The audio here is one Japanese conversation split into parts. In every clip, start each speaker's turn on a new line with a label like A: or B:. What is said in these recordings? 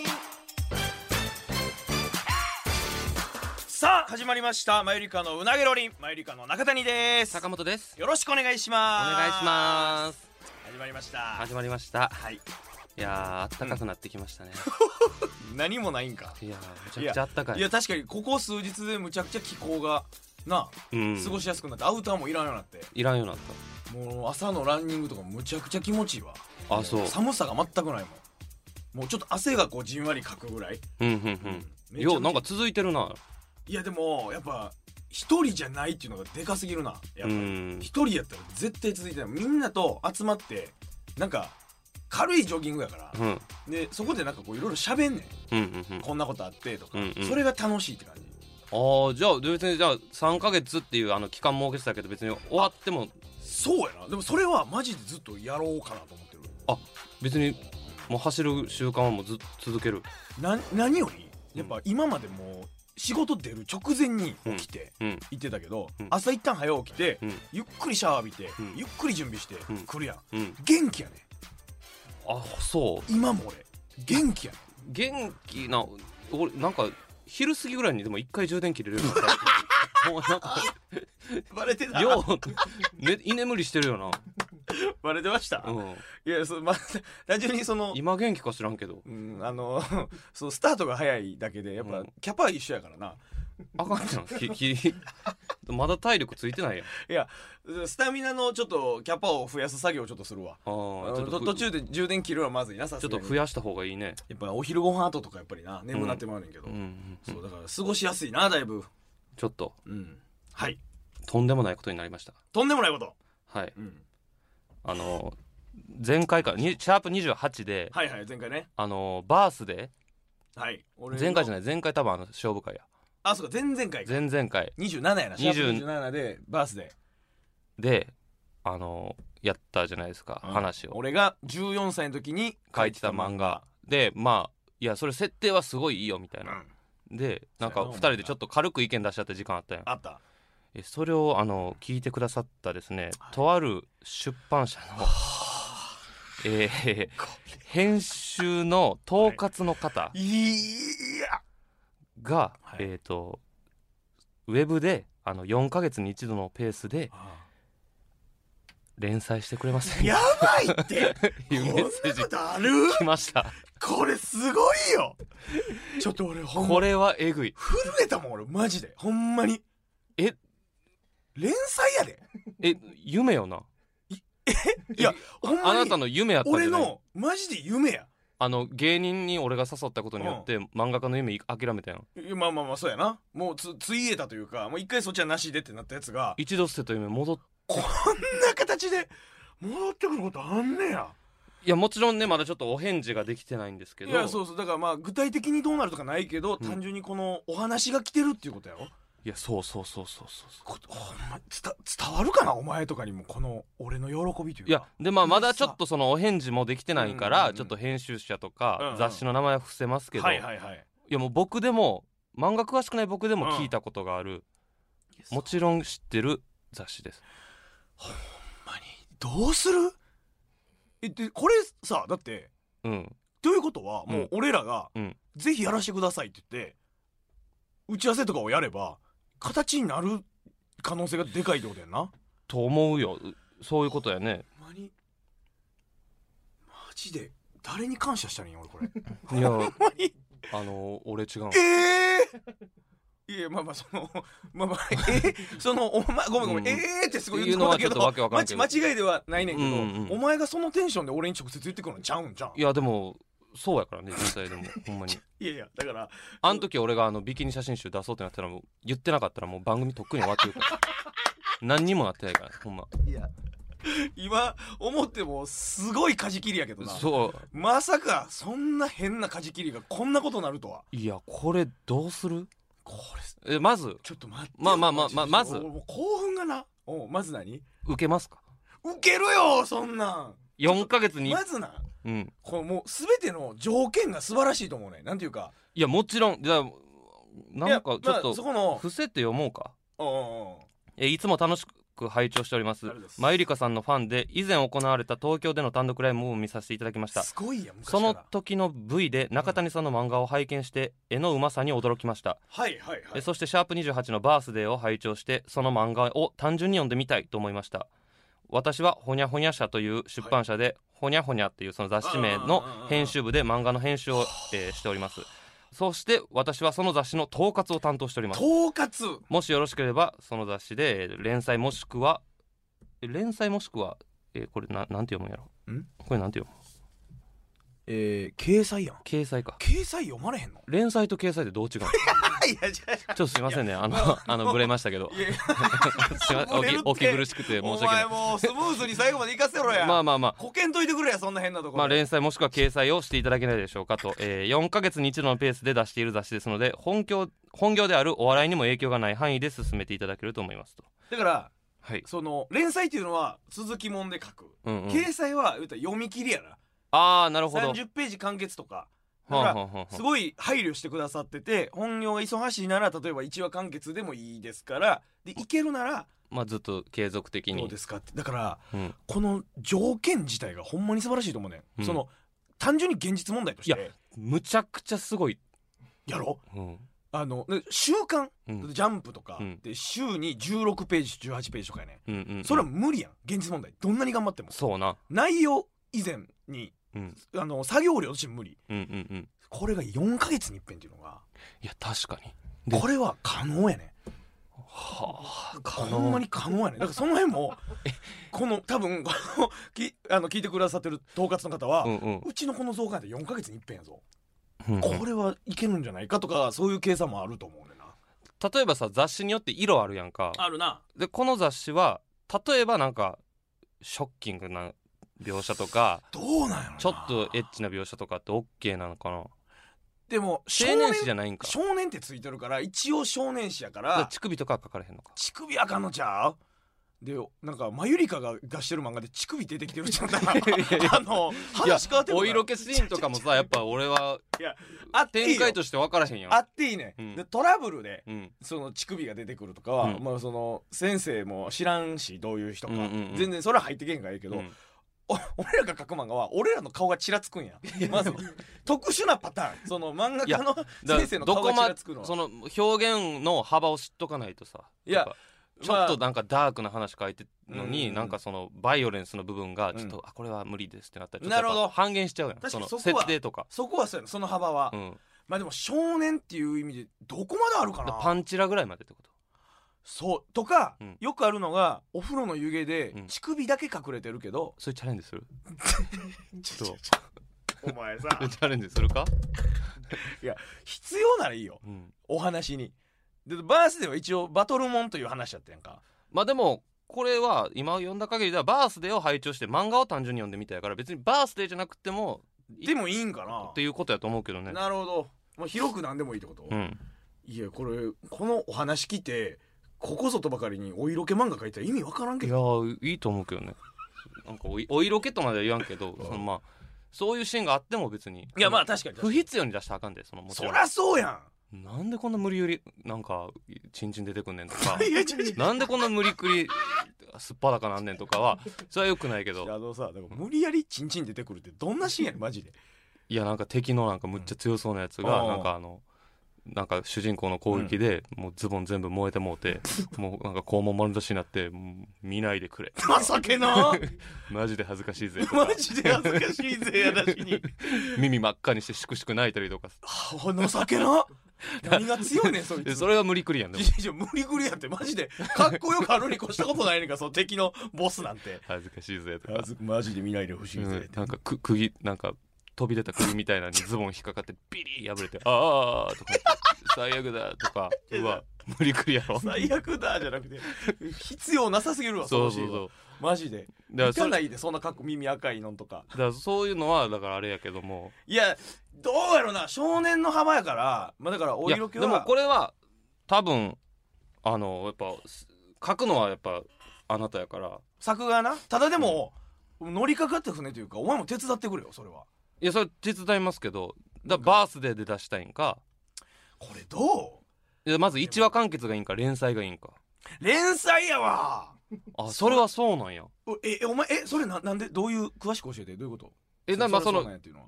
A: ん
B: さあ始まりましたマユリカのうなげろりんマユリカの中谷です
A: 坂本です
B: よろしくお願いし
A: お
B: ます
A: 願いします
B: す始まりました
A: 始まりました
B: はい
A: いやーあったかくなってきましたね、
B: 何もないんか
A: いやーめちゃくちゃあったかい
B: いや確かにここ数日でむちゃくちゃ気候がな
A: うん
B: 過ごしやすくなってアウターもいらんようになって
A: いらんようになっ
B: もう朝のランニングとかむちゃくちゃ気持ちいいわ
A: たあそう
B: 寒さが全くないもんもうちょっと汗がこうじんわりかくぐらい
A: うんうんう
B: め
A: ん
B: ちゃめちゃ
A: ようなんか続いてるない
B: やでもやっぱ一人じゃないっていうのがでかすぎるなや
A: う
B: っぱ
A: ん
B: 一人やったら絶対続いてないみんなと集まってなんか軽いジョギングやから、
A: うん
B: でそこでなんかこういろいろ喋んねん
A: うんうんうん
B: こんなことあってとか、
A: うんうん
B: それが楽しいって感じ
A: あーじゃあ別にじゃあ3か月っていうあの期間設けてたけど別に終わっても
B: そうやなでもそれはマジでずっとやろうかなと思ってる
A: 別にもう走る習慣はもうずっと続ける
B: な何よりやっぱ今までもう仕事出る直前に起きて
A: うん
B: 行ってたけど、
A: うん
B: 朝一旦早起きて、
A: うん
B: ゆっくりシャワー浴びて、
A: うん
B: ゆっくり準備して
A: うん
B: 来るやん
A: うん
B: 元気やね
A: あそうん
B: 今も俺元気やね
A: 元気な俺なんか昼過ぎぐらいにでも一回充電切れるようになった もうなんか
B: んバレてた
A: よう、ね、居眠りしてるよ
B: バレてました
A: な、うん、
B: いやそ、ま、単純にその
A: 今元気か知らんけど
B: うん、あの そうスタートが早いだけでやっぱ、
A: うん
B: キャパは一緒やからな
A: あかんじゃんききまだ体力ついてないやん
B: いやスタミナのちょっとキャパを増やす作業をちょっとするわ
A: あ
B: あ
A: ー
B: の
A: ちょっと
B: と途中で充電切るのはまずいなさ
A: ちょ
B: す
A: っ
B: が
A: と
B: に
A: 増やした方がいいね
B: やっぱお昼ご飯後とかやっぱりな眠なってまうねんけど、
A: うんうんう
B: そ
A: ん
B: うだから過ごしやすいなだいぶ
A: ちょっと
B: うんはい
A: とんでもないことになりました
B: とんでもないこと、
A: はい
B: うん、
A: あの前回からにシャープ28で
B: はいはい前回ね
A: あのバースデ
B: はい俺
A: ー前回じゃ
B: ない
A: ない前回多分あの勝負会や
B: あそうか前々回か
A: 前々回
B: 27やなシャー
A: 20
B: プ27でバースデ
A: であのやったじゃないですか、
B: ー、うん
A: 話を
B: 俺が14歳の時に
A: 書いてた漫画でまあいやそれ設定はすごいいいよみたい
B: うん
A: な、でなんか
B: そう
A: 2
B: やな
A: 人でちょっと軽く意見出し合った時間あったやん
B: あった
A: えそれをあの聞いてくださったですね、とある出版社の、えー編集の統括の方
B: いや
A: が、
B: はい
A: えっ、とウェブであの4ヶ月に一度のペースで連載してくれません
B: や
A: か
B: ばいっ
A: っ
B: て
A: て いうメッセージ
B: こんなことある
A: 来ました
B: これすごいよちょっと俺ほんま
A: これはえぐい
B: 震えたもん俺マジでほんまに
A: え
B: 連載やで
A: え夢よない
B: やほんま
A: あ
B: に
A: なたの夢やったんじゃな
B: 俺
A: い
B: のマジで夢や
A: あの芸人に俺が誘ったことによって、漫画家の夢諦めたやん
B: いやまあまあまあそうやなもうつついえたというかもう一回そっちはなしでってなったやつが
A: 一度捨てた夢戻っ
B: こんな形で戻ってくることあんねや
A: いやもちろんねまだちょっとお返事ができてないんですけ
B: い
A: ど
B: やそうそうだからまあ具体的にどうなるとかないけど、
A: うん
B: 単純にこのお話が来てるっていうことやろ
A: いやそうそうそうそうそうそ
B: こほんま伝伝わるかなお前とかにもこの俺の喜びといううか
A: いやでまあま
B: う
A: だ
B: ん
A: ちょっとそのお返事もできてないか
B: うんうん
A: ら、
B: うん
A: ちょっと編集者と
B: うん
A: か
B: うん
A: 雑誌の名前は伏せますけど、
B: はい
A: い
B: はいはい
A: やもう僕でも漫画詳しくない僕でも聞いたことがある、もちろん知ってる雑誌です
B: ほんまにどうするえでこれさだって
A: うん
B: ということはもう俺らが、
A: うん
B: ぜひやらせてくださいって言って打ち合わせとかをやれば形になる可能性がでかいってことやんなほん
A: と思うよそういうことやね
B: まにマジで誰に感謝したらいいん俺これ
A: いや
B: ほんまに
A: あの俺違うの
B: ええいやまあまあそのま あまあえそのお前ごめんごめん、
A: うん
B: ええーってすごい
A: 言うのはちょっとわけわからんけど
B: まち間違いではないねんけど、
A: うんうん
B: お前がそのテンションで俺に直接言ってくるのちゃうんじゃん
A: いやでもそうやからね実際 でもほんまに
B: いやいやだから
A: あの時俺があのビキニ写真集出そうってなったらもう言ってなかったらもう番組とっくに終わってるから何にもなってないからほんま
B: いや今思ってもすごい舵切りやけどな
A: そう
B: まさかそんな変な舵切りがこんなことになるとはい
A: やこれどうする
B: これ
A: えまず
B: ちょっと待って
A: まあまあまあ
B: ちょっと
A: まあまず
B: 俺もう興奮がなおうまず何
A: 受けますか
B: ウケるよそんなん
A: 4ヶ月に
B: まずな
A: うん
B: これもう全ての条件が素晴らしいと思うねなんていうか
A: いやもちろんじゃあなんかちょっ
B: いやまあ
A: と
B: そこの
A: 伏せて読もうか
B: おうおうおう
A: えーいつも楽しく拝聴しております
B: ありがとうございます
A: まゆりかさんのファンで以前行われた東京での単独ライブを見させていただきました
B: すごいやん昔か
A: そ
B: ら
A: の時の V で中谷さんの漫画を拝見して絵のうまさに驚きました、
B: はいはいは
A: え
B: い
A: そして「シャープ #28」の「バースデー」を拝聴してその漫画を単純に読んでみたいと思いました私はほにゃほにゃ社という出版社で、ほにゃほにゃっていうその雑誌名の編集部で漫画の編集を、えーしておりますそして私はその雑誌の統括を担当しております
B: 統括
A: もしよろしければその雑誌でえー連載もしくはえ連載もしくはえーこれななんて読むんやろ
B: ん
A: これなんて読む
B: えー、掲載やん
A: 掲載か
B: 掲載読まれへんの
A: 連載と掲載でどう違うのちょ
B: あいやじゃ
A: っとすいませんねあの
B: まあ
A: あのブレましたけど
B: いやいや
A: すいませんお
B: ブレる
A: き
B: って
A: お気苦しくて申し
B: お
A: 訳な
B: 前
A: い
B: もうスムーズに最後まで行かせろや
A: まあまあまあ
B: こけんといてくれやそんな変なところ
A: まあ、連載もしくは掲載をしていただけないでしょうかと、えー4ヶ月に一度のペースで出している雑誌ですので本業本業であるお笑いにも影響がない範囲で進めていただけると思いますと
B: だから
A: はい、
B: その連載っていうのは続きもんで書く、
A: うんうん、
B: 掲載は言うたら読み切りやな
A: ああなるほど
B: 30ページ完結とかだ
A: は
B: か
A: あはあ
B: ら
A: はあはあ
B: すごい配慮してくださってて本業が忙しいなら例えば1話完結でもいいですからでいけるなら
A: まあずっと継続的に
B: どうですかってだから
A: うん
B: この条件自体がほんまに素晴らしいと思うねん、
A: うん
B: その単純に現実問題とし
A: い
B: て
A: むちゃくちゃすごい、
B: やろ
A: うん
B: あのね週刊
A: うんうん
B: ジャンプとか
A: うん
B: で週に16ページ18ページとかやね
A: うんうん
B: んそれは無理やん現実問題どんなに頑張っても
A: そうな
B: 内容以前に
A: うん
B: あの作業量として無理
A: うんうんうん
B: これが4ヶ月に一遍っていうのが
A: いや確かにで
B: これは可能やねん
A: はあ
B: ほんまに可能やねんだからその 辺もこの多分このき あの聞いてくださってる統括の方は、
A: う
B: うん
A: うん
B: ちのこの増刊って4ヶ月に一遍やぞ、
A: うんうん
B: これはいけるんじゃないかとかそういう計算もあると思うねんな
A: 例えばさ雑誌によって色あるやんか
B: あるな
A: でこの雑誌は例えばなんかショッキングな描写とか
B: どうなんやろな
A: ちょっとエッチな描写とかってオッケーなのかな
B: でも少
A: 青
B: 年
A: 年誌じゃないんか
B: 少年ってついてるから一応少年誌やか
A: で
B: ら
A: 乳首とかは書かれへんのか
B: 乳首あかんのちゃうでなんかマユリカが出してる漫画で乳首出てきてるじゃん あの話変わってく
A: お
B: るから
A: 色気シーンとかもさやっぱ俺はい
B: やあっていい
A: 展
B: よ
A: 開として分からへんやん
B: あっていいね、
A: うん
B: でトラブルで
A: うん
B: その乳首が出てくるとかは、
A: うん
B: まあ、その先生も知らんしどういう人か、
A: うんうんうん
B: 全然それは入ってけんからいいけど、
A: うん
B: お 俺らが書く漫画は俺らの顔がちらつくんやまず特殊なパターンその漫画家の
A: だ
B: 先生の顔がちらつくのは
A: その表現の幅を知っとかないとさ
B: いや
A: なんかちょっとなんかダークな話書いてるの
B: うん
A: に、
B: うん
A: なんかそのバイオレンスの部分がちょっと、
B: う
A: あこれは無理ですってなったら
B: なるほど
A: ちょっとやっぱ半減しちゃうやん
B: 確かに
A: その
B: そこは
A: 設定とか、
B: そこはそうやなその幅は、
A: うん、
B: まあでも少年っていう意味でどこまであるか
A: だから
B: な
A: パンチラぐらいまでってこと
B: そうとか、
A: うん
B: よくあるのがお風呂の湯気で
A: うん
B: 乳首だけ隠れてるけ ど、
A: そういうチャレンジする ちょっ
B: お前さ
A: とチャレンジするか、
B: 必要ならいいよ
A: うん、
B: お話にでバースでは一応バトルモンという話だったやんか
A: まあでもこれは今読んだ限りではバースデーを拝聴して漫画を単純に読んでみたいから別にバースデーじゃなくてもい
B: でもいいんかな
A: っていうことやと思うけどね
B: なるほど、まあ、広く何でもいいってこと、
A: うん
B: いやこれこのお話聞いてここぞとばかりにお色気漫画書いたら意味わからんけ
A: いや
B: ど
A: ーいいと思うけどねなんかおいお色気とまでは言わんけどそのまあそういうシーンがあっても別に
B: いやまあ確かに
A: 不必要に出したらあかんでそのもち
B: そ
A: ろん
B: りゃそうや
A: なんでこんな無理やりなんかチンチン出てくんねんとか
B: んいやちょちょちょ
A: なんでこんな無理くりすっぱだかなんねんとかはそれはよくないけ
B: あ
A: ど
B: のさだから無理やりチンチン出てくるってどんなシーンやねんマジで
A: いやなんか敵のなんかむっちゃ強そうなやつ
B: う
A: が
B: ん
A: なんかあのなんか主人公の攻撃でもうズボン全部燃えてもう てもうなんか肛門丸出しになってもう見ないでくれ
B: 情けな
A: マジで恥ずかしいぜとか
B: マジで恥ずかしいぜやなしに
A: 耳真っ赤にしてしくしく泣いたりとか
B: あ情けな何が強いねんそい
A: で
B: つ
A: それは無理くりやんで
B: い
A: も
B: やいや無理くりやってマジでかっこよくあるに越したことないねんからその敵のボスなんて
A: 恥ずかしいぜとか
B: あずマジで見ないでほし
A: う
B: いぜっ
A: ん
B: て、
A: なんかく釘なんか飛び出た釘みたいなのにズボン引っかかってビリー破れて「ああ」とか「最悪だ」と か「うわ無理くりやろ」
B: 最悪だじゃなくて必要なさすぎるわ
A: そう
B: のシ
A: そ
B: ー
A: う
B: ン
A: そう
B: マジで
A: だから
B: 見
A: そ
B: た
A: れだ
B: ないでそんなかっこ耳赤いのんとか
A: からそういうのはだからあれやけども
B: いやどうやろな少年の幅やからまあだからお
A: いや
B: 色気は
A: でもこれは多分あのやっぱす書くのはやっぱあなたやから
B: 作画なただでも、乗りかかって船というかお前も手伝ってくれよそれはい
A: やそれ手伝いますけどだからバースデーで出したいんか
B: これど
A: いやまず1話完結がいいんか連載がいいんか
B: う連載やわ
A: あそれはそうなんや
B: おええお前えそれななんでどういう詳しく教えてどういうこと
A: えな
B: そ
A: まあそ
B: それ
A: の
B: そうなんやっていうのは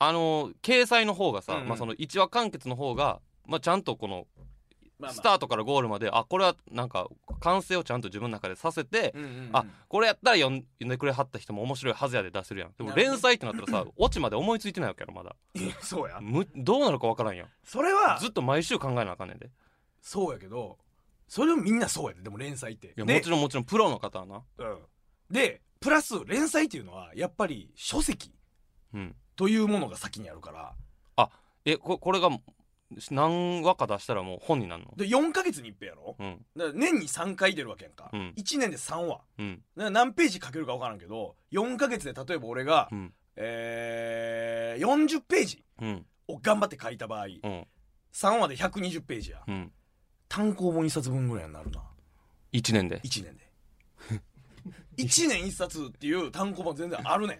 A: あの掲載の方がさ、
B: うんうん
A: まあ、その1話完結の方が、まあ、ちゃんとこのスタ
B: ー
A: ートからゴールまであこれはなんか完成をちゃんと自分の中でさせて、
B: うんうんうん
A: あこれやったら読ん読んでくれはった人も面白いはずやで出せるやんでも
B: なるほど
A: 連載ってなったら さオチまで思いついてないわけやろまだ
B: いやそうや
A: むどうなるかわからんやん
B: それは
A: ずっと毎週考えなあかんねんで
B: そうやけどそれもみんなそうやででも連載って
A: いや
B: で
A: もちろんもちろんプロの方はな
B: うん、でプラス連載っていうのはやっぱり書籍
A: うん
B: というものが先にあるから
A: えここれが何話か出したらもう本になるの
B: で4ヶ月に一遍やろ
A: うん
B: だから年に3回出るわけやんか、
A: うん
B: 1年で3話だか
A: うん
B: ら何ページ書けるか分からんけど4ヶ月で例えば俺が、
A: うん
B: えー、40ページ
A: うん
B: を頑張って書いた場合、
A: うん
B: 3話で120ページや、
A: うん
B: 単行本1冊分ぐらいになるな
A: 1年で
B: 1年で1年1冊っていう単行本全然あるねん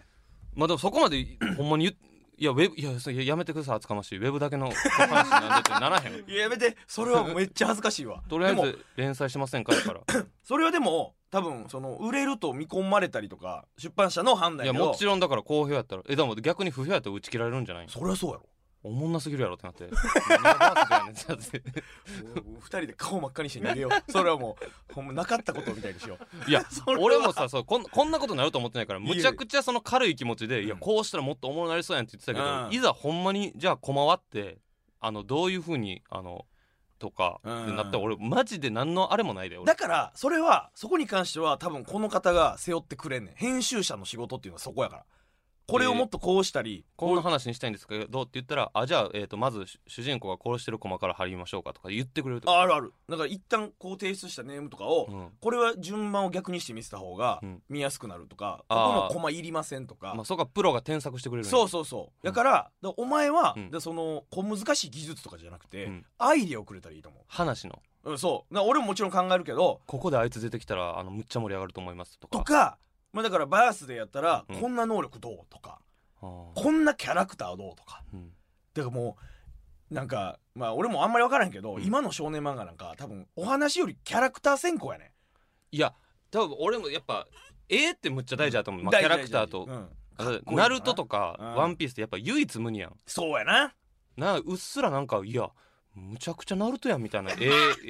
A: まあでもそこま でほんまに言っいやウェブいやそれやめてください厚かましいウェブだ けの話なんでってならへん
B: いややめてそれはめっちゃ恥ずかしいわ
A: とりあえ
B: でも
A: ず連載してませんかだから
B: それはでも多分その売れると見込まれたりとか出版社の判断
A: いや
B: やけど
A: もちろんだから好評やったらえでも逆に不評やったら打ち切られるんじゃない
B: そりゃそうやろ
A: おもんなすぎるやろってな って何がバースデーやねんってなって
B: 2人で顔真っ赤にして逃げ ようそれはもうほんまなかったことみたいにしよう
A: いや
B: それは
A: 俺もさそうこんこんなことになると思ってないから
B: いや
A: むちゃくちゃその軽い気持ちで、いや
B: うん
A: こうしたらもっとおもろなりそうやんって言ってたけど、
B: うん
A: いざほんまにじゃあ駒割ってあのどういうふうにあのとか、
B: うん
A: ってなったら俺マジで何のあれもないで俺
B: だからそれはそこに関しては多分この方が背負ってくれんねん編集者の仕事っていうのはそこやからこれをもっとこうしたり、
A: こんな話にしたいんですけどって言ったらあじゃあ、えー、とまず主主人公が殺してる駒から入りましょうかとか言ってくれるとか
B: あるあるだから一旦こう提出したネームとかを、
A: うん
B: これは順番を逆にして見せた方が
A: うん
B: 見やすくなるとか、
A: あー
B: ここのコマいりませんとか、
A: まあ、そうかプロが添削してくれるんや
B: そうそうそうだから,、だからお前は、
A: うん
B: でその小難しい技術とかじゃなくて、
A: うん
B: アイディアをくれたらいいと思
A: 話の
B: う、うん、そうだから俺ももちろん考えるけど
A: ここであいつ出てきたらあのむっちゃ盛り上がると思いますとか
B: とか、まあ、だからバースでやったら、
A: うん
B: こんな能力どうとか
A: あー
B: こんなキャラクターどうとか
A: うん
B: だからもうなんかまあ俺もあんまり分からんけど、
A: うん
B: 今の少年漫画なんか多分お話よりキャラクター先行やね
A: いや多分俺もやっぱ絵ってむっちゃ大事だと思う、まあキャ
B: 大事
A: ラクターと
B: 大事うん
A: あ
B: かっこいいよな
A: ナルトとか、
B: うん
A: ワンピースってやっぱ唯一無二やん
B: そうやな
A: なうっすらなんかいやむちゃくちゃナルトやんみたいな絵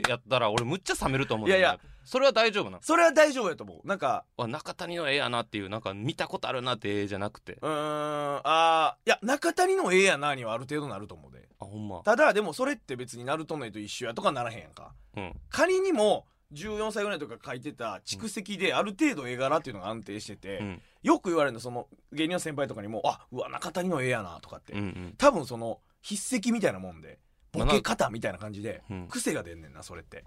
A: やったら俺むっちゃ冷めると思うんだよ
B: いやいや
A: それは大丈夫な
B: それは大丈夫やと思うなんか
A: あ中谷の絵やなっていうなんか見たことあるなって絵じゃなくて
B: うーんあーいや中谷の絵やなにはある程度なると思うで
A: あほんま
B: ただでもそれって別にナルトの絵と一緒やとかならへんやんか
A: うん
B: 仮にも14歳ぐらいとか描いてた蓄積である程度絵柄っていうのが安定してて、
A: うん
B: よく言われるのその芸人の先輩とかにも「あうわ中谷の絵やな」とかって、
A: うんうん
B: 多分その筆跡みたいなもんでボケ方みたいな感じで
A: うん
B: 癖が出んねんなそれって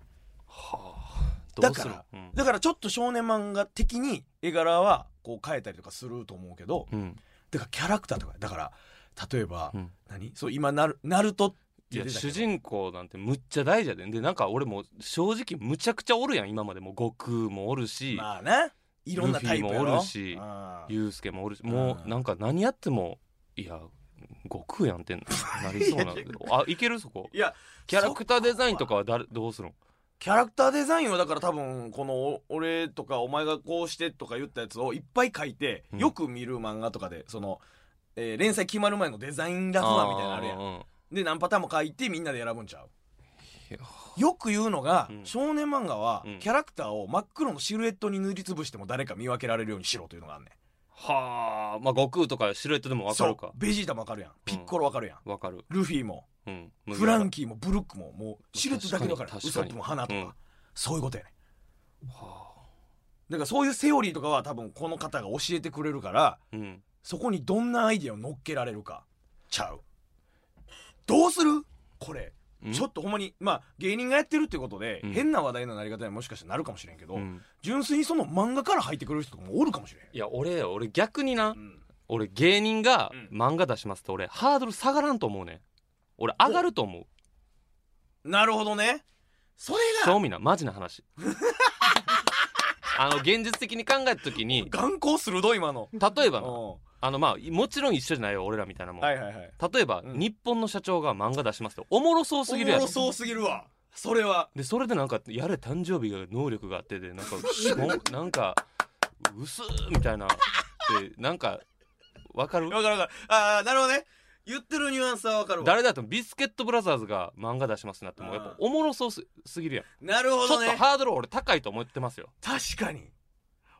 A: はあどうする
B: だか
A: うん
B: だからちょっと少年漫画的に絵柄はこう変えたりとかすると思うけど
A: うん
B: だからキャラクターとかだから例えば、
A: うん
B: 何そう今ナルナルトって
A: い
B: 出
A: や
B: てたけど
A: 主人公なんてむっちゃ大事やででなんか俺も正直むちゃくちゃおるやん今までも悟空もおるし、
B: まあねいろんなタイプや
A: ル
B: ろ
A: フィもおるし
B: うん
A: ユウスケもおるしも
B: う
A: うんなんか何やってもいや悟空やんってなりそうなあいけるそこ
B: いや
A: キャラクターデザインとかは誰どうするん
B: キャラクターデザインはだから多分このお俺とかお前がこうしてとか言ったやつをいっぱい書いて、
A: うん
B: よく見る漫画とかでその、えー連載決まる前のデザインラフ案みたいなのあるやん
A: ん
B: で何パターンも書いてみんなで選ぶんちゃうよく言うのが、
A: うん
B: 少年漫画は、
A: うん
B: キャラクターを真っ黒のシルエットに塗りつぶしても誰か見分けられるようにしろというのがあんねん
A: はあまあ悟空とかシルエットでもわか
B: そ
A: る
B: う
A: か
B: ベジータもわかるやんピッコロわかるやん、
A: わかる
B: ルフィも
A: うん
B: フラン
A: キ
B: キーもブルックももうシルエットだけだからウ
A: 確かに
B: ソップも花とか、
A: うん
B: そういうことやね
A: はあ
B: だからそういうセオリーとかは多分この方が教えてくれるから
A: うん
B: そこにどんなアイディアを乗っけられるかちゃうどうするこれ
A: うん
B: ちょっとほんまにまあ芸人がやってるってことで、
A: うん
B: 変な話題のなり方にもしかしたらなるかもしれんけど、
A: うん
B: 純粋にその漫画から入ってくる人とかもおるかもしれ
A: いや俺よ俺逆にな、
B: へん、うん
A: 俺芸人が
B: うん
A: 漫画出しますと俺ハードル下がらんと思うねん俺上がると思う
B: なるほどねそれが
A: 正味なマジな話あの現実的に考えた時に
B: 眼光鋭い今の
A: 例えばな
B: お
A: あのまあもちろん一緒じゃないよ俺らみたいなもん、
B: はいはいはい
A: 例えば、
B: うん
A: 日本の社長が漫画出しますとおもろそうすぎるや
B: おも
A: ろ
B: ろそうすぎるわそれは
A: でそれでなんかやれ誕生日が能力があってでなんかしも なんか薄ーみたいなでなんかわかる
B: わかるわかるああなるほどね言ってるニュアンスはわかるわ
A: 誰だとビスケットブラザーズが漫画出しますなってもやっぱおもろそうすすぎるやん
B: なる
A: ち
B: ほ
A: ょ
B: ど
A: っと
B: ね
A: ハードル俺高いと思ってますよ
B: 確かに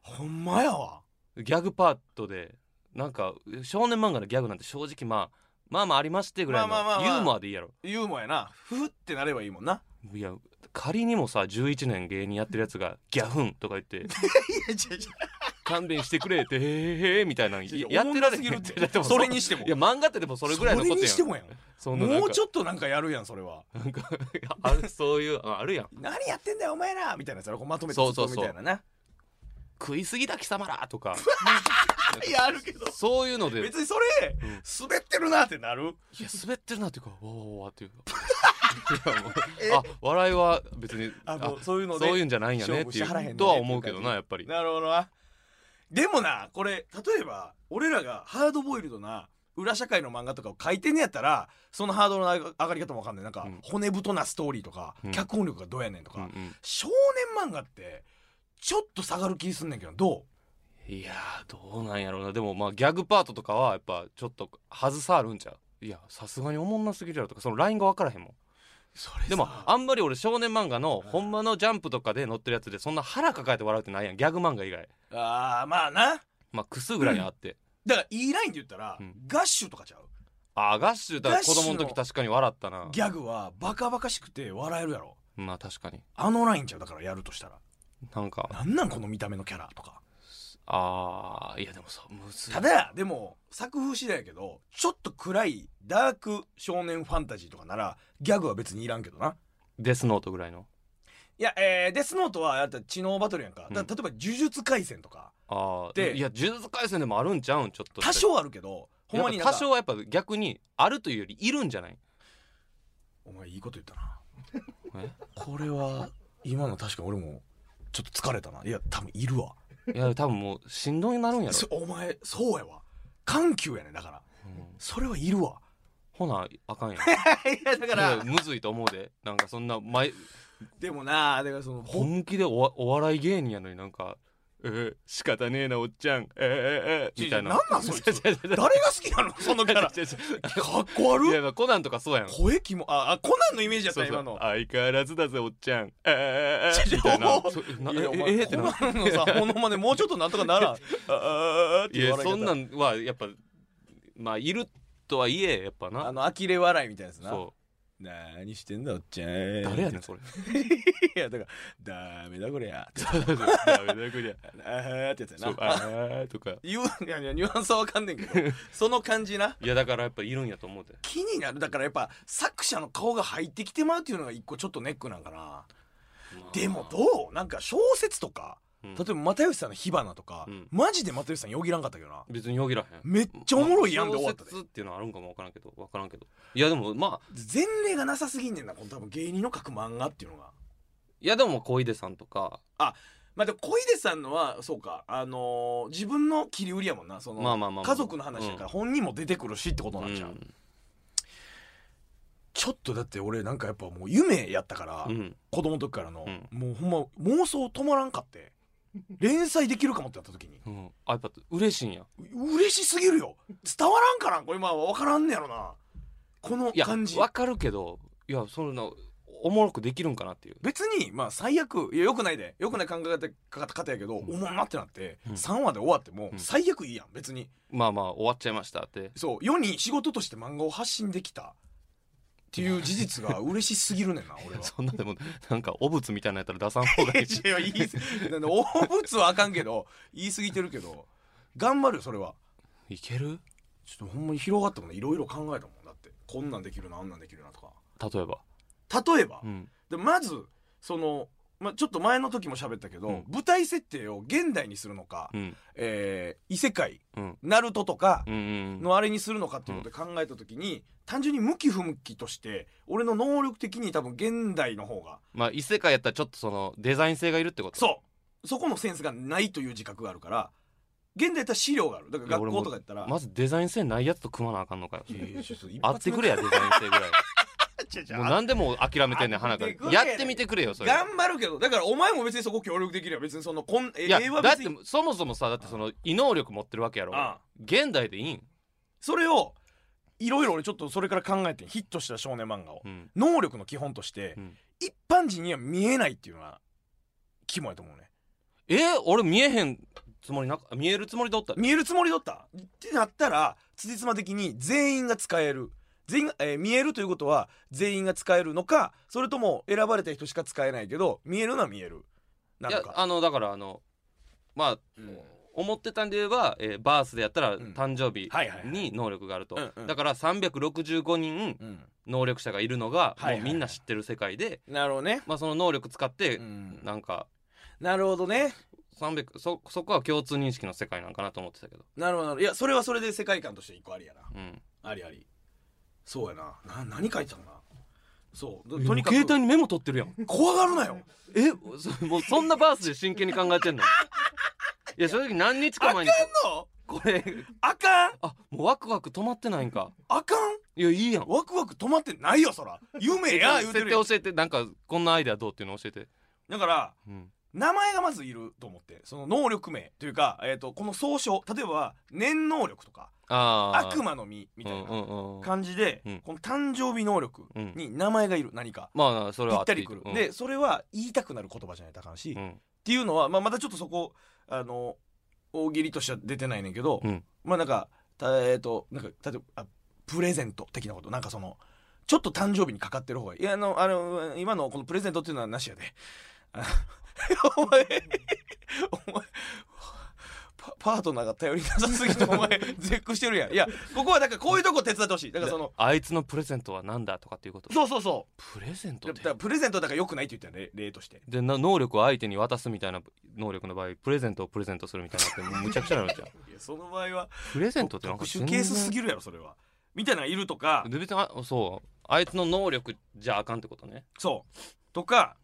B: ほんまやわ
A: ギャグパートでなんか少年漫画のギャグなんて正直まあまあまあありましてぐらいの
B: まあまあまあま
A: ユ
B: あ
A: ーモアでいいやろ
B: ユーモアやなふふってなればいいもんない
A: や仮にもさ11年芸人やってるやつが「ギャフン」とか言 って
B: いや違う違う
A: 「勘弁してくれ」って「へーへーみたいなの
B: いや
A: やってられ
B: お
A: へん
B: もんなすぎるって
A: だってもう
B: それにしても
A: いや漫画ってでもそれぐらいのこと
B: それに
A: や
B: して
A: ん
B: もやん
A: そんななん
B: も
A: か
B: うちょっとなんかやるやんそれは
A: なんかいやあるそういうああるやん
B: 何やってんだよお前らみたいなやつやろこうまとめて
A: そうそう
B: ず
A: そ
B: っ
A: う
B: とみたいなな
A: 食いすぎだ貴様らと か
B: いやあるけど
A: そういうので
B: 別にそれ
A: うん
B: 滑ってるなってなる
A: いや滑ってるなっていう かわーわーわーっていうかいやもうあ笑いは別に
B: あもうそういうので
A: そういうんじゃないんやねってい
B: 勝負してはらへんね
A: うとは思うけどなやっぱり
B: なるほどなでもなこれ例えば俺らがハードボイルドな裏社会の漫画とかを書いてんねやったらそのハードルの上がり方もわかんないなんか、
A: うん
B: 骨太なストーリーとか、
A: うん
B: 脚本力がどうやねんと
A: う
B: か、
A: んうん
B: 少年漫画ってちょっと下がる気すんねんけどど
A: いやーどうなんやろうなでもまあギャグパートとかはやっぱちょっと外さあるんちゃういやさすがにおもんなすぎるやろとかそのラインが分からへんもん
B: うそれさ
A: でもあんまり俺少年漫画の
B: うん
A: ほんまのジャンプとかで載ってるやつでそんな腹抱えて笑うってないやんギャグ漫画以外
B: あーまあな
A: まあくすぐらいあって、
B: だからいいラインで言ったら、
A: うん
B: ガッシュとかちゃう
A: ああガッシュだから子供の
B: ガッシ
A: 時
B: ュの
A: 確かに笑ったな
B: ギャグはバカバカしくて笑えるやろ
A: まあ確かに
B: あのラインちゃうだからやるとしたら
A: なんか
B: なんなんこの見た目のキャラとか
A: ああいやでもさむずい
B: ただやでも作風次第やけどちょっと暗いダーク少年ファンタジーとかならギャグは別にいらんけどな
A: デスノートぐらいの
B: いや、えー、デスノートはやったら知能バトルやんか,、だから例えば呪術廻戦とか
A: ああ
B: で
A: いや呪術廻戦でもあるんちゃうんちょっと
B: 多少あるけどほんまになん
A: 多
B: か
A: 少はやっぱ逆にあるというよりいるんじゃない
B: お前いいこと言ったな
A: え
B: これは今の確か俺もちょっと疲れたないや多分いるわ
A: いや多分もうしんどいなるんやろ
B: そ、お前そうやわ緩急やねだから
A: うん
B: それはいるわ
A: ほなあかんやん
B: いや だか
A: いやむずいと思うでなんかそんな前
B: でもなだからそのぼ
A: 本気でおわお笑い芸人やのになんか「えー、仕方ねえなおっちゃんえー、えー、えー、みたいな
B: なんなんそいつ
A: 違 う違う違う
B: 誰が好きなのそのキャラ
A: 違う違う
B: かっこ悪
A: い
B: っ
A: やまあコナンとかそうやん
B: 声キモああコナンのイメージやった
A: そうそ
B: 今
A: う
B: の
A: 相変わらずだぜおっちゃんえー、えー、え
B: ち
A: ー、
B: ょ
A: みたいな
B: ちょ
A: そうないえ
B: やお前
A: えー、ってな
B: コナンのさモノマネもうちょっとなんとかならんああああって
A: い
B: 言
A: や
B: われ方
A: そんなんはやっぱまあいるとはいえやっぱ
B: あ
A: な
B: の呆れ笑いみたいなやつな
A: そ
B: なーにしてんだおっちゃん
A: う誰やねんそれ
B: いやだからダメだこりゃ
A: ダメだこりゃ
B: あーってやつや
A: そう
B: な
A: あーとか
B: 言ういやいやニュアンスはわかんねんけどその感じない
A: やだからやっぱいるんやと思うで
B: 気になるだからやっぱ作者の顔が入ってきてまうっていうのが一個ちょっとネックなんかなでもどうなんか小説とか
A: うん
B: 例えば又吉さんの「火花」とか、
A: うん
B: マジで又吉さんよぎらんかったけどな
A: 別によぎらへん
B: めっちゃおもろいやんで終わったで
A: 小説っていうのはあるんかもわからんけどわからんけどいやでもまあ
B: 前例がなさすぎんねんなこの多分芸人の書く漫画っていうのが
A: いやでも小出さんとか
B: まあでも小出さんのはそうかあのー自分の切り売りやもんなその、
A: まあまあまあまあ
B: 家族の話だから
A: うん
B: 本人も出てくるしってことになっちゃう、
A: ん
B: ちょっとだって俺なんかやっぱもう夢やったから、
A: うん
B: 子供の時からの、
A: うん
B: もうほんま妄想止まらんかって連載できるかもってなった時に
A: うんあやっぱ嬉しいんや
B: う嬉しすぎるよ伝わらんからんこれ今は分からんねやろなこ
A: い
B: の
A: や
B: 感じ
A: わかるけどいやそんなおもろくできるんかなっていう
B: 別にまあ最悪いやよくないでよくない考え方か方やけど、
A: うん
B: おもんなってなって、
A: うん
B: 3話で終わっても
A: うん
B: 最悪いいやん別に
A: まあまあ終わっちゃいましたって
B: そう世に仕事として漫画を発信できたっていう事実が嬉しすぎるねんな俺 は。
A: そんなでもなんか汚物みたいなやったら出さん方がいいし
B: いや言い過ぎなんで大仏はあかんけど言い過ぎてるけど頑張るよそれ はい
A: ける
B: ちょっとほんまに広がったもんねいろいろ考えたもんだってこんなんできるなあんなんできるなとか
A: 例えば、
B: 例えば、
A: うん、
B: でまずその、まあ、ちょっと前の時も喋ったけど、
A: うん
B: 舞台設定を現代にするのか、
A: うん
B: えー異世界
A: うん
B: ナルトとか
A: うんうん
B: のあれにするのかっていうことで考えた時に、単純に向き不向きとして俺の能力的に多分現代の方が
A: まあ異世界やったらちょっとそのデザイン性がいるってこと
B: そうそこのセンスがないという自覚があるから現代やったら資料があるだから学校とかやったら
A: まずデザイン性ないやつと組まなあかんのかよ
B: いやいやちょっと一
A: あって
B: 発目
A: くれやデザイン性ぐらい
B: ちゃちゃ
A: もう何でも諦めてんねん
B: あっ
A: 花か
B: てく
A: ら
B: れや
A: や
B: ねん
A: ってみてくれよそれ
B: 頑張るけどだからお前も別にそこ協力できれば別にそのこんえ
A: いや
B: 絵は
A: だっ
B: 別
A: て
B: に
A: そもそもさだってその異能力持ってるわけやろ
B: ああ
A: 現代でいいん、
B: それをいろいろ俺ちょっとそれから考えてヒットした少年漫画を、
A: うん
B: 能力の基本として、
A: うん
B: 一般人には見えないっていうのは肝やと思うね
A: え俺見えへんつもりなか見えるつもりでおった
B: 見えるつもりだったってなったら辻褄的に全員が使える全員が、えー見えるということは全員が使えるのかそれとも選ばれた人しか使えないけど見えるのは見えるないの
A: や
B: か
A: あのだからあのまあ
B: うん
A: 思ってたんで言えば、えーバースでやったら
B: ん
A: 誕生日
B: はいはいはい
A: に能力があると、
B: うんうん
A: だから365人
B: うん
A: 能力者がいるのが、
B: はいはいはい
A: もうみんな知ってる世界で、
B: なるほどね、
A: まあ、その能力使って、
B: うん
A: なんか
B: なるほどね
A: 300そそこは共通認識の世界なんかなと思ってたけど、
B: なるほどなるほどいやそれはそれで世界観として一個ありやな
A: うん、
B: ありありそうやなな何書いてたのかなそうととにか
A: 携帯
B: く
A: にメモ取ってるやん
B: 怖がる なよ
A: えそもうそんなバースで真剣に考えてんのいや正直何日か前に
B: の
A: これ
B: あかん
A: あもうワクワク止まってないんか
B: あかん
A: いやいいやん
B: ワクワク止まってないよそら 夢や言うて
A: 設
B: る
A: 定
B: やん
A: 教えてなんかこんなアイデアどうっていうの教えて、
B: だから
A: うん、
B: 名前がまずいると思ってその能力名というか、えー、とこの総称例えば念能力とか
A: ああ
B: 悪魔の実みたい
A: うん
B: な
A: うんうん、
B: 感じで、
A: うん
B: この誕生日能力に名前がいる何か
A: まあそれ
B: ぴ
A: は合
B: ってた
A: い
B: り
A: い
B: くる、
A: うん
B: でそれは言いたくなる言葉じゃないとあかんし、
A: う
B: っ
A: ん
B: ていうのは、まあ、まだちょっとそこあの大喜利としては出てないねんけど、
A: うん
B: まあなんかたえっ、となんか例えばあプレゼント的なことなんかそのちょっと誕生日にかかってる方がいいいやあのあの今のこのプレゼントっていうのはなしやであの お前お前パパートナーが頼りなさすぎてお前絶句してるやんいやここはだからこういうとこ手伝ってほしいだからその
A: あいつのプレゼントはなんだとかっていうこと
B: そうそうそ
A: プレゼン
B: う
A: ト
B: だ
A: っ
B: か
A: て
B: らプレゼントだからよくないって言ったよね例として
A: でな能力を相手に渡すみたいな能力の場合プレゼントをプレゼントするみたいになってもうむちゃくちゃなのじゃん
B: いやその場合は
A: プレゼントってなんか
B: 特殊ケースすぎるやろそれはみたいなのがいるとか
A: で別にあそうあいつの能力じゃあかんってことね
B: そうとか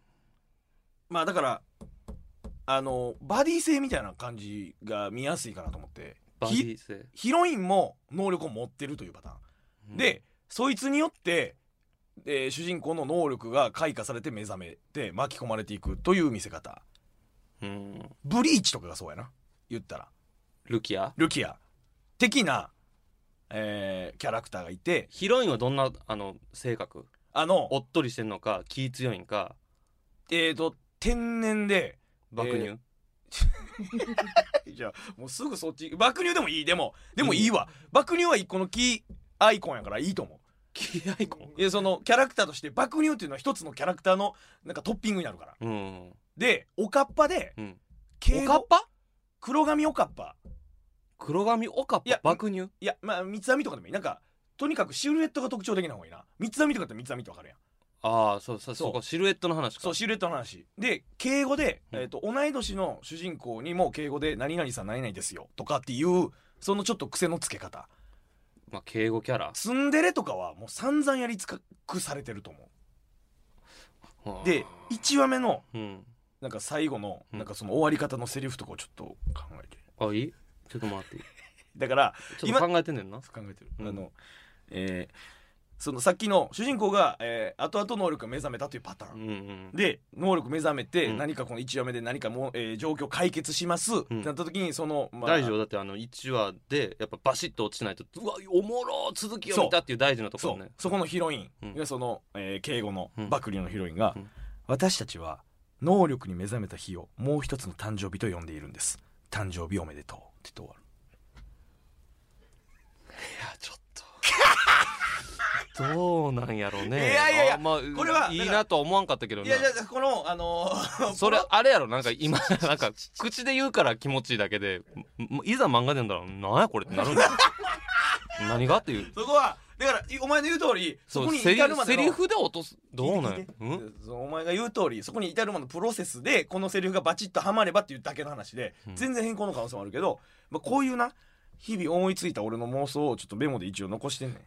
B: まあだからあのバディ性みたいな感じが見やすいかなと思って
A: バデ
B: ヒ
A: ィ性、
B: ヒロインも能力を持ってるというパターン、
A: うん
B: でそいつによって、えー主人公の能力が開花されて目覚めて巻き込まれていくという見せ方
A: うん
B: ブリーチとかがそうやな言ったら
A: ルキア
B: ルキア的な、えーキャラクターがいて
A: ヒロインはどんなあの性格
B: あの
A: おっとりしてんのか気強いんか
B: えーと天然で
A: 爆乳、
B: えーじゃあもうすぐそっち爆乳でもいいでもでもいいわ爆乳は一個のキーアイコンやからいいと思
A: キアイコ
B: ういやそのキャラクターとして爆乳っていうのは一つのキャラクターのなんかトッピングになるから
A: ンうん
B: でおかっぱで
A: うん
B: 敬
A: お
B: 語
A: かっぱ
B: 黒髪おかっぱ
A: 黒髪おかっ
B: いや
A: ぱ爆乳
B: いやまあ三つ編みとかでもいいなんかとにかくシルエットが特徴的な方がいいな三つ編みとかだって三つ編みってわかるやん
A: ああそうそう
B: そう
A: そうかシルエットの話か
B: そうシルエットの話で敬語で、
A: うん
B: えー、と同い年の主人公にも敬語で「何々さん何々ですよ」とかっていうそのちょっと癖のつけ方
A: まあ、敬語キャラ、
B: ツンデレとかはもう散々やり尽くされてると思うで1話目の
A: うん、
B: なんか最後の
A: うん
B: なんかその終わり方のセリフとかをちょっと考えて
A: あいいちょっと待って
B: だから
A: ちょっと考えてんねんな
B: 考えてる、
A: うん
B: あのえーそのさっきの主人公が、えー後々能力が目覚めたというパターン、
A: うんうん
B: で能力目覚めて、
A: うん
B: 何かこの1話目で何かもう、えー状況解決します、ってなった時にその、まあ
A: 大事をだってあの1話でやっぱバシッと落ちないとうわおもろー続きを見たっていう大事なとこ
B: そ
A: ろ
B: う
A: ね
B: そこのヒロイン
A: う
B: がその、えー敬語の
A: うん
B: バクリのヒロインが、
A: うん
B: 私たちは能力に目覚めた日をもう一つの誕生日と呼んでいるんです誕生日おめでとうって言って終わる
A: いやちょっと どうなんやろうね
B: いやいやいや
A: あまあ
B: これは
A: うんいいなとは思わんかったけど
B: い
A: ね
B: やいやこのあのー
A: それあれやろなんか今 なんか口で言うから気持ちいいだけでんいざ漫画で読んだらなんやこれってなるん だよ何がっていう
B: そこはだからいお前の言う通り
A: そ
B: そこ
A: う
B: に
A: セリ
B: 至るまで
A: セ
B: の
A: リフで落とすどうなん や
B: 聞いて
A: うん
B: そのお前が言う通りそこに至るまでのプロセスでこのセリフがバチッとはまればっていうだけの話で、
A: うん
B: 全然変更の可能性もあるけど、まあ、こういうな日々思いついた俺の妄想をちょっとメモで一応残してんねん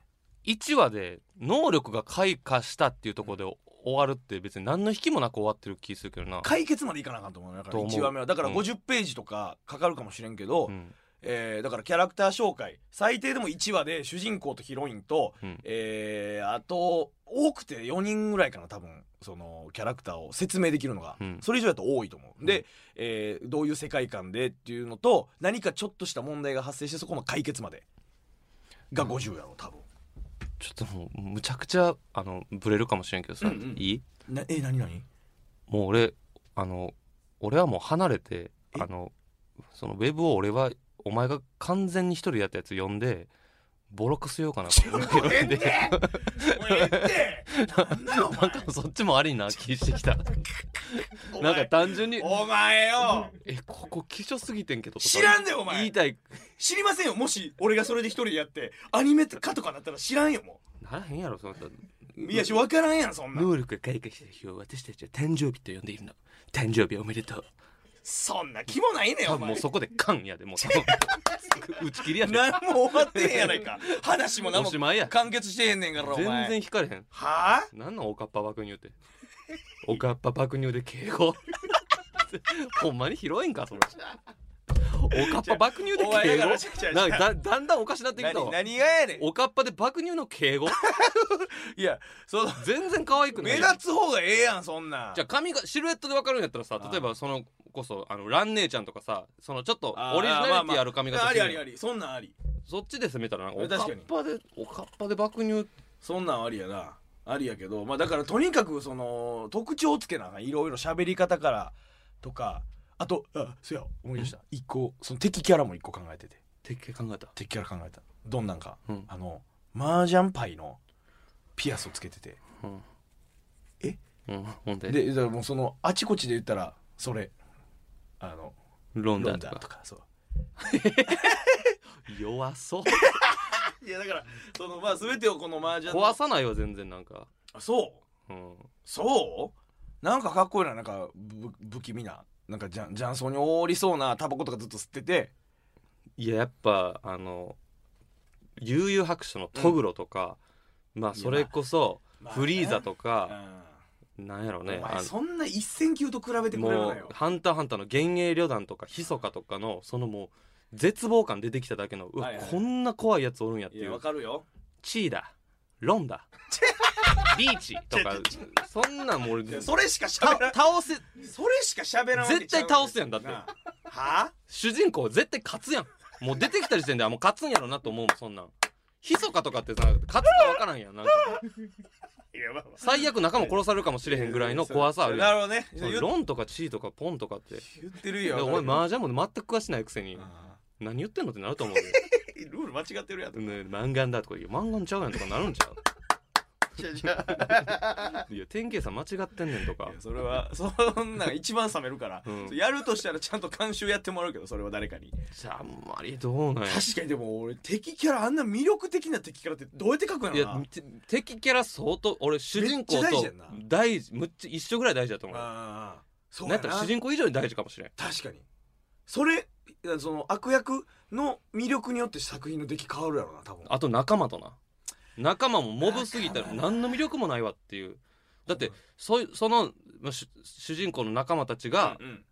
A: 1話で能力が開花したっていうところで終わるって別に何の引きもなく終わってる気するけどな、
B: 解決までいかなあかんと思うねだから
A: と思う
B: 1話目はだから
A: うん
B: 50ページとかかかるかもしれんけど、
A: うん
B: えーだからキャラクター紹介最低でも1話で主人公とヒロインと、
A: うん
B: えーあと多くて4人ぐらいかな多分そのキャラクターを説明できるのが、
A: うん
B: それ以上だと多いと思う、
A: うん
B: で、えーどういう世界観でっていうのと何かちょっとした問題が発生してそこの解決までが50やろう多分、
A: ちょっともうむちゃくちゃあのブレるかもしれんけどさ、
B: うんうん
A: いい
B: なえ何 何
A: もう俺あの俺はもう離れて
B: え
A: あのそのウェブを俺はお前が完全に一人でやったやつ読んでボロクスようかなと思って
B: もうええ
A: る
B: っ
A: ん
B: て
A: で
B: もうええってなんだよお
A: なんかそっちもありな気してきた
B: 前
A: なんか単純に
B: お前よ
A: えここ希少すぎてんけどとか
B: 知らんでお前
A: 言いたい
B: 知りませんよもし俺がそれで一人でやってアニメってかとかなったら知らんよも
A: ならへんやろその人
B: ういやし分からんやんそんなん
A: 能力が開花した日を私たちは誕生日と呼んでいるの誕生日おめでとう
B: そんな気もないねん
A: 多
B: お
A: 分も
B: 前
A: うそこでカンやでもう 多分打ち切りやで
B: 何も終わってへんやないか話も何
A: お
B: も
A: しまいや
B: 完結してへんねんからお
A: 全
B: 前
A: 然引かれへん
B: はあ
A: なんなんおかっぱ爆乳って おかっぱ爆乳で敬語 ほんまに広いんかそれおかっぱ爆乳で
B: お前
A: 敬
B: だ
A: 語
B: から違う違う
A: なんかだだんだんおかしなってきた
B: 何
A: わ
B: 何がやねん
A: おかっぱで爆乳の敬語
B: いやその
A: 全然可愛くな
B: 目
A: い
B: 立つ方がええやんそんなん
A: じゃあ髪がシルエットで分かるんやったらさ
B: ああ
A: 例えばそのこそあのラン姉ちゃんとかさそのちょっと
B: あー
A: オリジナリティある髪
B: まあ
A: 型
B: あ
A: して
B: り
A: る
B: あ
A: やん
B: りありそんなんあり
A: そっちで攻めたらなんかお
B: 確
A: かっ
B: かに
A: ぱでおかっぱで爆乳
B: そんなんありやなありやけどまあだからとにかくその特徴をつけなあかんいろいろ喋り方からとかあとあそうや思い出した一個その敵キャラも一個考えてて
A: 敵考えた
B: 敵キャラ考えたどんなんか、
A: うん
B: あの麻雀パイのピアスをつけてて
A: うん
B: え
A: うんほんで
B: でだからもうそのあちこちで言ったらそれあの
A: ロン
B: ロ
A: ダー
B: ンダ
A: と
B: ー
A: か
B: とかそう
A: 弱 そう
B: いやだからそのまあ全てをこの麻雀の
A: 壊さないよ全然なんか
B: あそう
A: うん
B: そうなんかかっこいいななんかぶ不気味ななんかじゃん雀荘に覆りそうなタバコとかずっと吸ってて
A: いややっぱあの悠々白書のトグロとか、まあそれこそ
B: まあ
A: フリーザと
B: うん
A: か、なんやろね
B: お
A: あ
B: 前
A: の
B: そんな一線級と比べてくれる
A: も
B: な
A: う
B: よ
A: 「ハンターハンター」の幻影旅団とか密かとかのそのもう絶望感出てきただけのうわ、
B: はいはいはい
A: こんな怖いやつおるんやって
B: い
A: い
B: や
A: う
B: わかるよ
A: チーだロンだビーチとかそんなんもう俺
B: いや
A: た
B: それしか喋らん
A: 倒せ
B: それしか喋らん
A: 絶対倒すやんだって
B: なあは
A: 主人公絶対勝つやんもう出てきた時点であ もう勝つんやろなと思うもんそんなんひそかとかってさ勝つか分からんやんなんか
B: いやまあまあ
A: 最悪仲間殺されるかもしれへんぐらいの怖さある
B: な
A: やん
B: るほどね
A: その
B: 言っ
A: ロンとかチーとかポンとかって
B: 言ってる
A: で
B: よ
A: お前麻雀も全く詳しないくせに
B: あ
A: 何言ってんのってなると 思うよ
B: ールール間違ってるやん
A: ね、漫画だとか言う漫画ちゃうやんとかなるんちゃ
B: じゃじゃ
A: う いや典型さん間違ってんねんとか
B: いやそれはそんなん一番冷めるから、
A: うん
B: やるとしたらちゃんと監修やってもらうけどそれは誰かに
A: じゃああんまりどうなんや
B: 確かにでも俺敵キャラあんな魅力的な敵キャラってどうやって書くん
A: い
B: やろ
A: や
B: な
A: て敵キャラ相当俺主人公
B: めっちゃ大事
A: と
B: やんな
A: 大事むっちゃ一緒ぐらい大事だと思うなん
B: ああそう
A: や
B: や
A: った
B: な
A: ら主人公以上に大事かもしれん
B: 確かにそれその悪役の魅力によって作品の出来変わるやろな多分
A: あと仲間とな仲間もモブすぎたら何の魅力もないわっていうだってそういうそのまあ主主人公の仲間たちが、
B: うんうん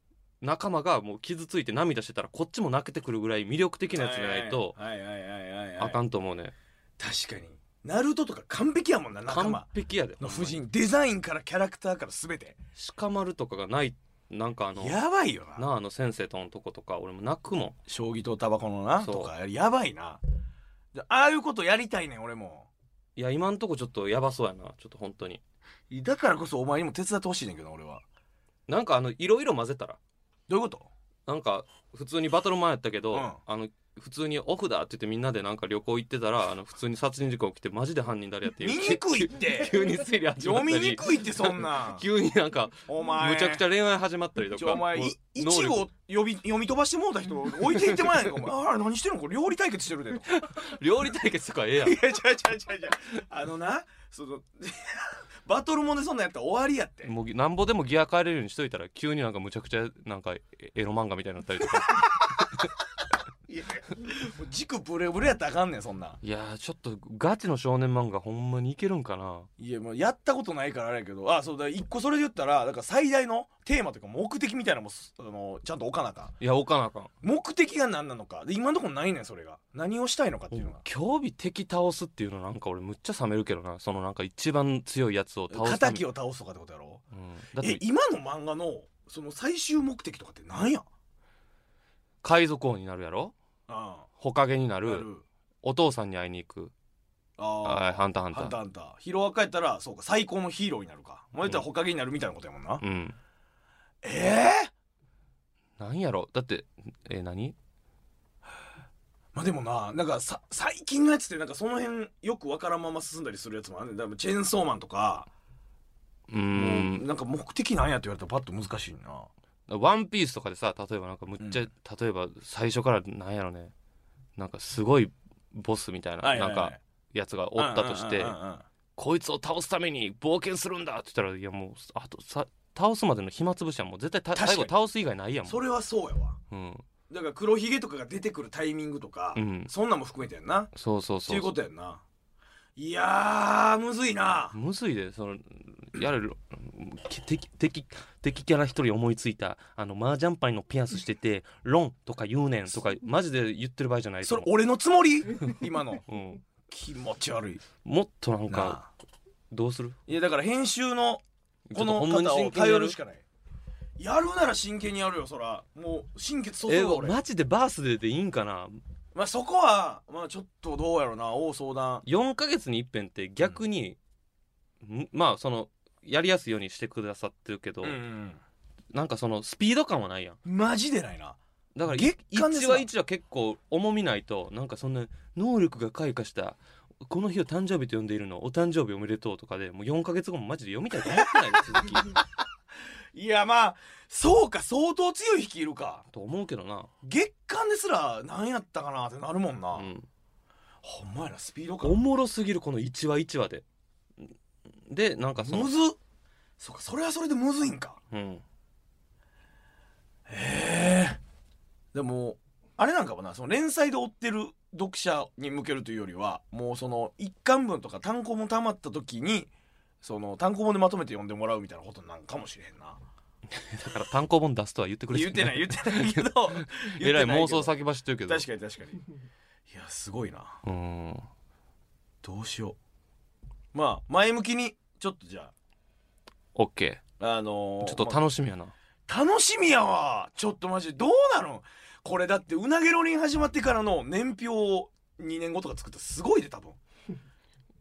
A: 仲間がもう傷ついて涙してたらこっちも泣けてくるぐらい魅力的なやつじゃないと
B: はいはいはいはいはいはい
A: あかんと思うね、
B: 確かにナルトとか完璧やもんな仲
A: 完
B: 間
A: 璧やで
B: の夫人デザインからキャラクターから全て
A: 鹿丸とかがないなんかあの
B: やばいよな
A: なああの先生とのとことか俺も泣くもん
B: 将棋とタバコのな
A: そう
B: とかやばいなじゃああいうことやりたいねん俺も
A: いや今んとこちょっとやばそうやなちょっと本当に
B: だからこそお前にも手伝ってほしいねんけどな俺は
A: なんかあのいろいろ混ぜたら
B: どういうこと
A: なんか普通にバトル前やったけど、
B: うん
A: あの普通にオフだって言ってみんなでなんか旅行行ってたらあの普通に殺人事故起きてマジで犯人誰やっていう
B: 見にくい っ て
A: 急に推理始ま
B: 読
A: った
B: み
A: り
B: にくいってそんなん
A: 急になんか
B: お前
A: むちゃくちゃ恋愛始まったりと
B: ちょ
A: か
B: お前
A: もう
B: い一
A: 能力
B: を呼び読み飛ばしてもうた人置いていってまえんかお前ああ何してんのこれ料理対決してるでとか い
A: 料理対決とかええやん
B: やちゃうちゃうちゃうちゃうあのなその バトルもんでそんなんやったら終わりや って
A: もうなんぼでもギア変えれるようにしといたら急になんかむちゃくちゃなんかエエロ漫画みたいになったりと か
B: いやもう軸ブレブレやったらあかんねんそんなん
A: いやーちょっとガチの少年漫画ほんまにいけるんかない
B: やもうやったことないからあれやけどあそうだ一個それで言ったらだから最大のテーマというか目的みたいなのもすあのちゃんと置かなあかん
A: いや置かなあかん
B: 目的が何なのかで今のところないねんそれが何をしたいのかっていうのが
A: 興味敵倒すっていうのなんか俺むっちゃ冷めるけどなそのなんか一番強いやつを倒すため
B: 敵を倒すとかってことやろ
A: うん、だって
B: え今の漫画のその最終目的とかってなんや
A: 海賊王になるやろ
B: あ
A: ほかげにな
B: あ
A: るお父さんに会いに行くは
B: あ
A: いハンターハンタ
B: ハンタ
A: ー
B: ーハンターヒロアカやったらそうか最高のヒーローになるかもう言ったらほかげになるみたいなことやもんな、
A: うん
B: ええ
A: なんやろだってえ何
B: まあでもななんかさ最近のやつってなんかその辺よくわからんまま進んだりするやつもあるねんだからチェーンソーマンとか、
A: うー
B: もうんなんか目的なんやって言われたらパッと難しいな
A: ワンピースとかでさ例えばなんかむっちゃ、
B: うん
A: 例えば最初からなんやろねなんかすごいボスみたいな、なんかやつがおったとして、
B: うんうんうんうん
A: こいつを倒すために冒険するんだって言ったらいやもうあとさ倒すまでの暇つぶしはもう絶対た
B: 確か
A: 最
B: に
A: 後倒す以外ないやもん
B: それはそうやわ
A: うん、
B: だから黒ひげとかが出てくるタイミングとか、
A: うん、
B: そんなんも含めてやんな
A: そうそう
B: って
A: そ
B: いううことやんないやーむずいな
A: むずいでそのやれるき敵敵敵キャラ一人思いついたあの麻雀パイのピアスしてて「ロン」とか「言うねん」とかマジで言ってる場合じゃないと
B: それ
A: 思う
B: 俺のつ もり今の
A: うん、
B: 気持ち悪い
A: もっとなん
B: な
A: か
B: あ
A: どうする
B: いやだから編集の
A: ちょっ
B: この
A: とほんまに
B: 方
A: 真
B: を
A: 剣に
B: 頼
A: や
B: る
A: る
B: しかないやるなら真剣にやるよそらもう心血注
A: え
B: ぐわ俺、ま
A: マジでバースデーでいいんかな
B: あそこはまあちょっとどうやろうな王相談
A: 4ヶ月に一遍って逆に、んまあそのやりやすいようにしてくださってるけど、
B: うん
A: なんかそのスピード感はないやん
B: マジでないな
A: だから
B: 月間です
A: 1
B: な
A: 話1話結構重みないとなんかそんな能力が開花したこの日を誕生日と呼んでいるのお誕生日おめでとうとかでもう4ヶ月後もマジで読みたいと思ってないです 続き
B: いやまあそうか相当強い引きいるか
A: と思うけどな、
B: 月間ですら何やったかなってなるもんな、
A: うん、
B: ほんまやなスピード感
A: おもろすぎるこの1話1話ででなんかそ
B: む
A: の、
B: ずそうかそれはそれでむずいんか
A: うん、
B: ええでもあれなんかもなその連載で追ってる読者に向けるというよりはもうその一巻分とか単行本たまった時にその単行本でまとめて読んでもらうみたいなことなんかもしれへんな
A: だから単行本出すとは言ってくれ
B: 言ってない言ってないけど
A: えらい妄想
B: 先
A: 先走ってるけど
B: 確かに確かにいやすごいな
A: うん
B: どうしようまあ前向きにちょっとじゃ
A: OK
B: ああのー
A: ちょっと楽しみやな、
B: 楽しみやわちょっとマジどうなのこれだってうなげロリン始まってからの年表を2年後とか作ったらすごいで多分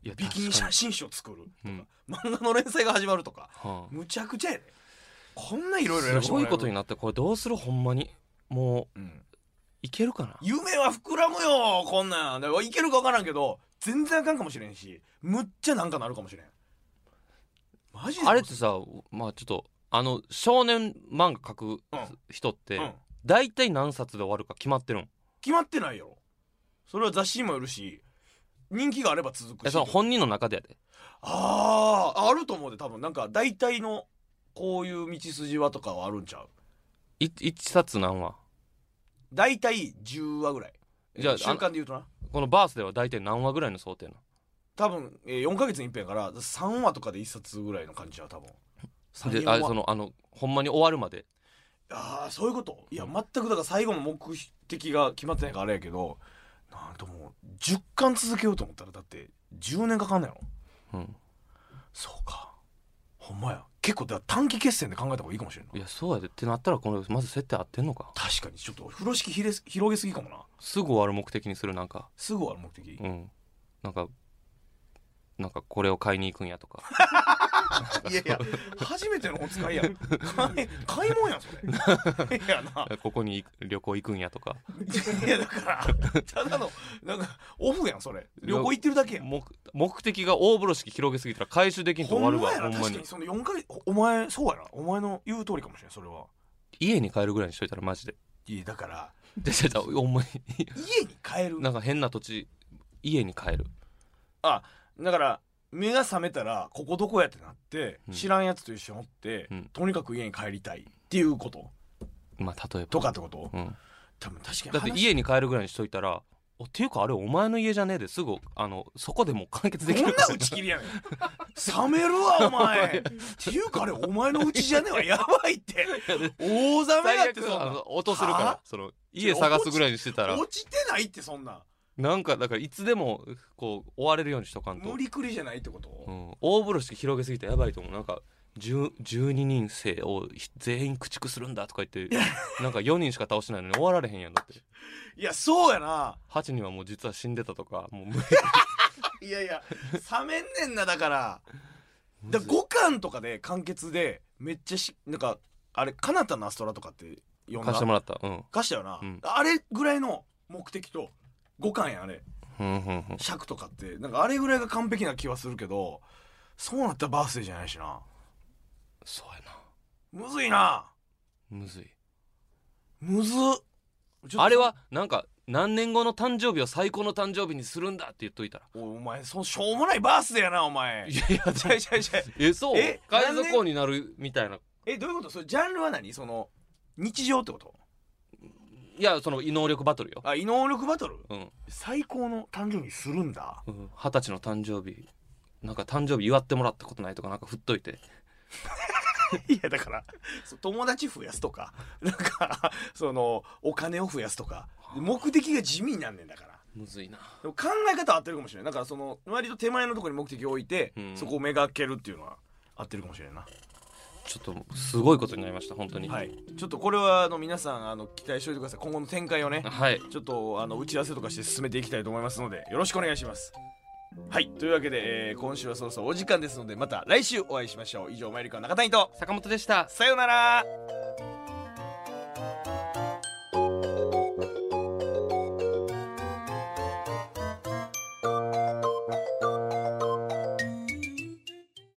A: いや
B: ビキニ
A: 確か
B: 写
A: に
B: 真集を作ると
A: うん
B: か、漫画の連載が始まるとか
A: は
B: むちゃくちゃやでこんないろいろや
A: あ、
B: ら
A: す
B: せても
A: ごい
B: らえる
A: ことになってこれどうするほんまにもう
B: うん
A: いけるかな
B: 夢は膨らむよこんなんだからいけるか分からんけど全然あかんかもしれんしむっちゃなんかなるかもしれんマジで
A: あれってさまあちょっとあの少年漫画描く
B: うん
A: 人っ
B: う
A: て
B: ん、
A: 大体何冊で終わるか決まってるん
B: 決まってないよそれは雑誌にもよるし人気があれば続く
A: え
B: し
A: その本人の中でやで
B: あああると思うで多分なんか大体のこういう道筋はとかはあるんちゃう
A: い一冊何話
B: 大体10話ぐらい
A: じゃあ
B: えー瞬間で言うとな
A: このバースでは大体何話ぐらいの想定なの
B: 多分、えー、4ヶ月に一遍やから3話とかで1冊ぐらいの感じは多分
A: で
B: 34
A: あ
B: 話
A: れそのあのほんまに終わるまで
B: ああそういうこといや全くだから最後の目的が決まってないからあれやけどなんともう10巻続けようと思ったらだって10年かかんないの
A: うん、
B: そうかほんまや結構だから短期決戦で考えた方がいいかもしれんない
A: いやそうやでってなったらこのまず設定合ってんのか
B: 確かにちょっと風呂敷ひれす広げすぎかもな
A: すぐ終わる目的にするなんか
B: すぐ終わる目的
A: うんなんかなんかこれを買いに行くんやとか
B: いやいや初めてのお使いやん 買い買い物やんそ れいやな
A: ここに旅行行くんやとか
B: いやだからただのなんかオフやんそれ旅行行ってるだけやん
A: 目目的が大風呂敷広げすぎたら回収できんと
B: ほ
A: 終わ
B: ん
A: る
B: ま
A: わ
B: やな
A: ほんま
B: 確か
A: に
B: にその4回おお前そうやなお前の言う通りかもしれんそれは
A: 家に帰るぐらいにしといたらマジで
B: いやだから
A: でででほんまに
B: 家に帰る
A: なんか変な土地家に帰る
B: だから目が覚めたらここどこやってなって、
A: うん
B: 知らんやつと一緒におって、
A: うん
B: とにかく家に帰りたいっていうこと
A: まあ例えば
B: とかってこと
A: うん、
B: 多分確かに
A: だって
B: 話
A: 家に帰るぐらいにしといたらおっていうかあれお前の家じゃねえですぐあのそこでもう完結でき
B: こん
A: る
B: な打ち切りやねん冷めるわお前っていうかあれお前のうちじゃねえわやばいって大ざめやってそん
A: 最悪あ
B: な
A: の音するから
B: は
A: その家探すぐらいにしてたら
B: 落ちてないってそんな
A: なんかだからいつでもこう追われるようにしとかんと、
B: 無理くりじゃないってこと、
A: うん、大風呂敷広げすぎてやばいと思うなんか10 12人生を全員駆逐するんだとか言 ってなんか4人しか倒してないのに終わられへんやんだって
B: いやそう やな
A: 8人はもう実は死んでたとかもう無理
B: いやいや冷めんねんなだからだから5巻とかで完結でめっちゃしなんかあれ「彼方のアストラ」とかって読んだ
A: 貸してもらったうん
B: 貸したよな、
A: うん
B: あれぐらいの目的と5巻やあれ
A: うんうんうん
B: 尺とかってなんかあれぐらいが完璧な気はするけどそうなったらバースデーじゃないしな
A: そうや
B: むずいな
A: なむずい
B: むずっちょっと
A: あれはなんか何年後の誕生日を最高の誕生日にするんだって言っといたら
B: おお前そしょうもないバースデーやなお前
A: いやいや
B: ちゃいちゃいちゃい
A: えそう
B: え
A: 海賊王になるみたいな
B: えどういうことそれジャンルは何その日常ってこと
A: いやその異能力バトルよ
B: あ異能力バトル
A: うん
B: 最高の誕生日するんだ
A: うん二十歳の誕生日なんか誕生日祝ってもらったことないとかなんか振っといて
B: いやだからそう友達増やすとか なんかそのお金を増やすとか目的が地味になんねんだから
A: むずいな
B: でも考え方合ってるかもしれないだからその割と手前のところに目的を置いて、
A: うん
B: そこをめがけるっていうのは合ってるかもしれないな
A: ちょっとすごいことになりました本当に
B: はいちょっとこれはあの皆さんあの期待しておいてください今後の展開をね
A: はい
B: ちょっとあの打ち合わせとかして進めていきたいと思いますのでよろしくお願いしますはいというわけで、えー今週はそろそろお時間ですのでまた来週お会いしましょう以上マイリカの中谷と
A: 坂本でした
B: さようなら